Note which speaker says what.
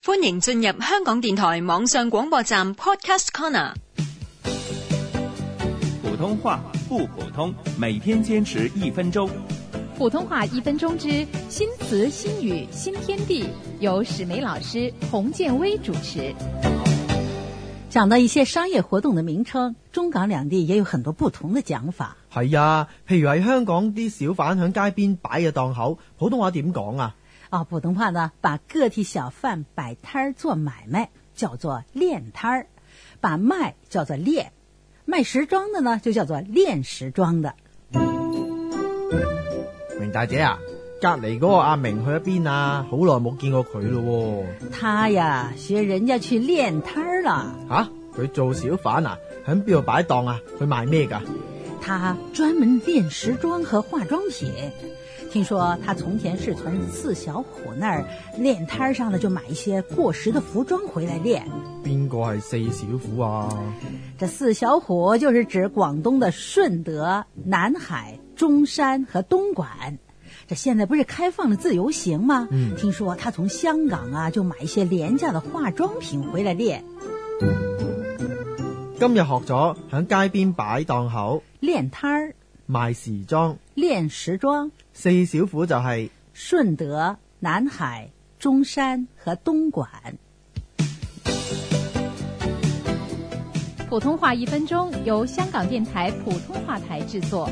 Speaker 1: 歡迎進入香港電台網上廣播站 Podcast Corner。
Speaker 2: 普通话不普通，每天坚持一分钟。
Speaker 3: 普通话一分钟之新词新语新天地，由史梅老师、洪建威主持。
Speaker 4: 讲到一些商业活动的名称，中港两地也有很多不同的讲法。
Speaker 5: 係啊，譬如喺香港啲小販喺街邊擺嘅檔口，普通話點講啊？
Speaker 4: 啊、普通话呢，把个体小贩摆摊儿做买卖叫做练摊儿，把卖叫做练，卖时装的呢就叫做练时装的。
Speaker 5: 明大姐啊，隔離嗰個阿明去咗邊啊？好耐冇見過佢咯
Speaker 4: 他呀，学人家去练摊儿了，
Speaker 5: 喎。吓、佢做小販啊？喺邊度擺檔啊？佢賣咩㗎？
Speaker 4: 他专门练时装和化妆品。听说他从前是从四小虎那儿练摊儿上呢，就买一些过时的服装回来练。
Speaker 5: 邊個係四小虎啊？
Speaker 4: 这四小虎就是指广东的顺德、南海、中山和东莞。这现在不是开放了自由行吗？
Speaker 5: 嗯
Speaker 4: 听说他从香港啊就买一些廉价的化妆品回来练
Speaker 5: 今日學咗喺街邊擺檔口
Speaker 4: 练摊儿、
Speaker 5: 賣時裝，
Speaker 4: 练时装。
Speaker 5: 四小虎就係
Speaker 4: 顺德、南海、中山和东莞。
Speaker 3: 普通话一分钟由香港电台普通话台制作。